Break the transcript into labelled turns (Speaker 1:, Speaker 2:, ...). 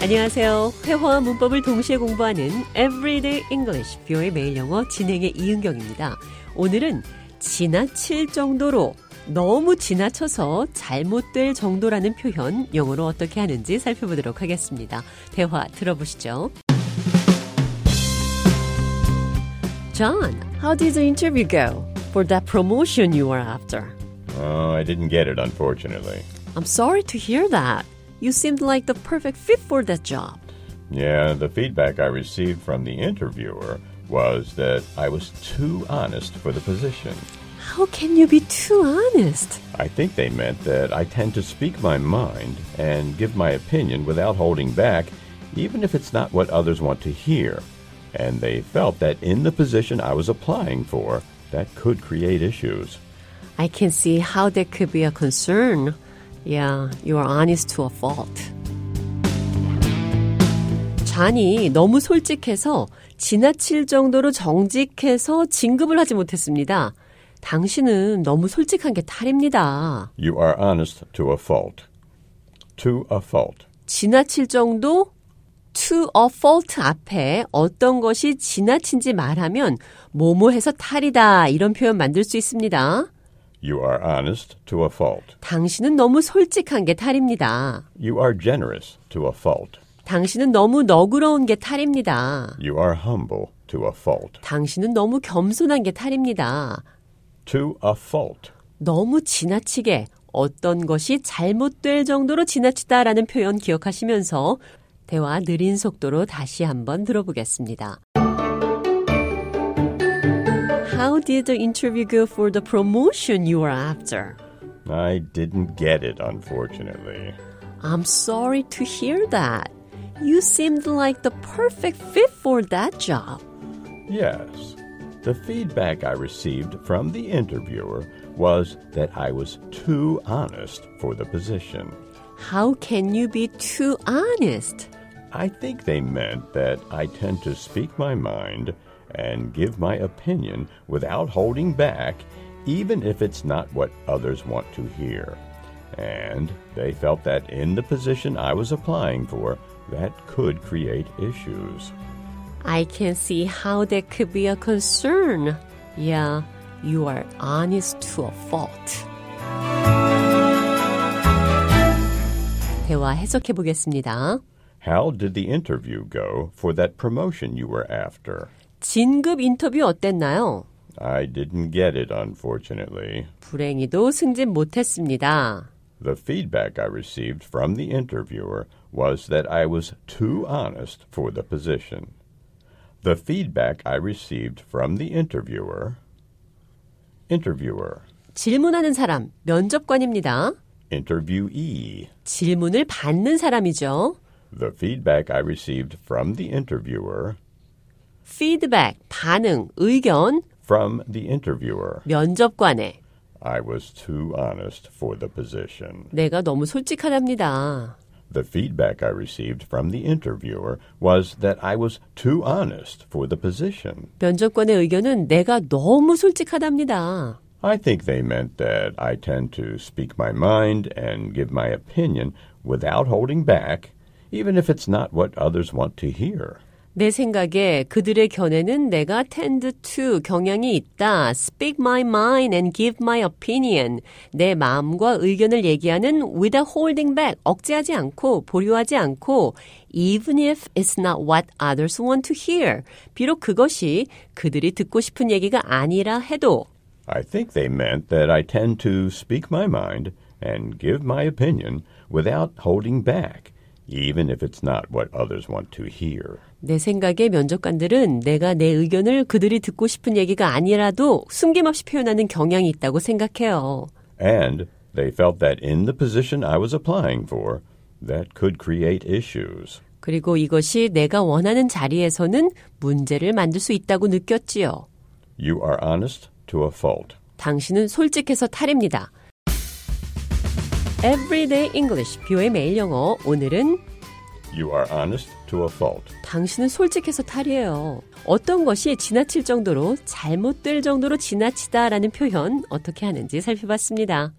Speaker 1: 안녕하세요. 회화와 문법을 동시에 공부하는 Everyday English, 뷰의 매일 영어 진행의 이은경입니다. 오늘은 지나칠 정도로 너무 지나쳐서 잘못될 정도라는 표현 영어로 어떻게 하는지 살펴보도록 하겠습니다. 대화 들어보시죠. John, how did the interview go for that promotion you were after?
Speaker 2: Oh, I didn't get it, unfortunately.
Speaker 1: I'm sorry to hear that. You seemed like the perfect fit for that job.
Speaker 2: Yeah, the feedback I received from the interviewer was that I was too honest for the position.
Speaker 1: How can you be too honest?
Speaker 2: I think they meant that I tend to speak my mind and give my opinion without holding back, even if it's not what others want to hear. And they felt that in the position I was applying for, that could create issues.
Speaker 1: I can see how that could be a concern. Yeah, you are honest to a fault. 잔이 너무 솔직해서 지나칠 정도로 정직해서 진급을 하지 못했습니다. 당신은 너무 솔직한 게 탈입니다.
Speaker 2: You are honest to a fault. To a fault.
Speaker 1: 지나칠 정도 to a fault 앞에 어떤 것이 지나친지 말하면 뭐뭐해서 탈이다 이런 표현 만들 수 있습니다.
Speaker 2: You are honest to a fault.
Speaker 1: 당신은 너무 솔직한 게 탈입니다.
Speaker 2: You are generous to a fault.
Speaker 1: 당신은 너무 너그러운 게 탈입니다.
Speaker 2: You are humble to a fault.
Speaker 1: 당신은 너무 겸손한 게 탈입니다.
Speaker 2: To a fault.
Speaker 1: 너무 지나치게 어떤 것이 잘못될 정도로 지나치다라는 표현 기억하시면서 대화 느린 속도로 다시 한번 들어보겠습니다. How did the interview go for the promotion you were after?
Speaker 2: I didn't get it, unfortunately.
Speaker 1: I'm sorry to hear that. You seemed like the perfect fit for that job.
Speaker 2: Yes. The feedback I received from the interviewer was that I was too honest for the position.
Speaker 1: How can you be too honest?
Speaker 2: I think they meant that I tend to speak my mind and give my opinion without holding back, even if it's not what others want to hear. And they felt that in the position I was applying for, that could create issues.
Speaker 1: I can see how that could be a concern. Yeah, you are honest to a fault. 대화 해석해 보겠습니다.
Speaker 2: How did the interview go for that promotion you were after?
Speaker 1: 진급 인터뷰 어땠나요?
Speaker 2: I didn't get it, unfortunately.
Speaker 1: 불행히도 승진 못했습니다.
Speaker 2: The feedback I received from the interviewer was that I was too honest for the position. The feedback I received from the interviewer. Interviewer.
Speaker 1: 질문하는 사람, 면접관입니다.
Speaker 2: Interviewee.
Speaker 1: 질문을 받는 사람이죠.
Speaker 2: The feedback I received from the interviewer.
Speaker 1: 피드백, 반응, 의견,
Speaker 2: From the interviewer.
Speaker 1: 면접관에
Speaker 2: I was too honest for the position.
Speaker 1: 내가 너무 솔직하답니다.
Speaker 2: The feedback I received from the interviewer was that I was too honest for the position.
Speaker 1: 면접관의 의견은 내가 너무 솔직하답니다.
Speaker 2: I think they meant that I tend to speak my mind and give my opinion without holding back, even if it's not what others want to hear.
Speaker 1: 내 생각에 그들의 견해는 내가 tend to 경향이 있다. speak my mind and give my opinion. 내 마음과 의견을 얘기하는 without holding back. 억제하지 않고 보류하지 않고 even if it's not what others want to hear. 비록 그것이 그들이 듣고 싶은 얘기가 아니라 해도
Speaker 2: I think they meant that I tend to speak my mind and give my opinion without holding back, even if it's not what others want to hear.
Speaker 1: 내 생각에 면접관들은 내가 내 의견을 그들이 듣고 싶은 얘기가 아니라도 숨김없이 표현하는 경향이 있다고 생각해요.
Speaker 2: And they felt that in the position I was applying for, that could create issues.
Speaker 1: 그리고 이것이 내가 원하는 자리에서는 문제를 만들 수 있다고 느꼈지요.
Speaker 2: You are honest to a fault.
Speaker 1: 당신은 솔직해서 탈입니다. Everyday English, 뷰의 매일 영어. 오늘은
Speaker 2: You are honest to a fault.
Speaker 1: 당신은 솔직해서 탈이에요. 어떤 것이 지나칠 정도로 잘못될 정도로 지나치다라는 표현 어떻게 하는지 살펴봤습니다.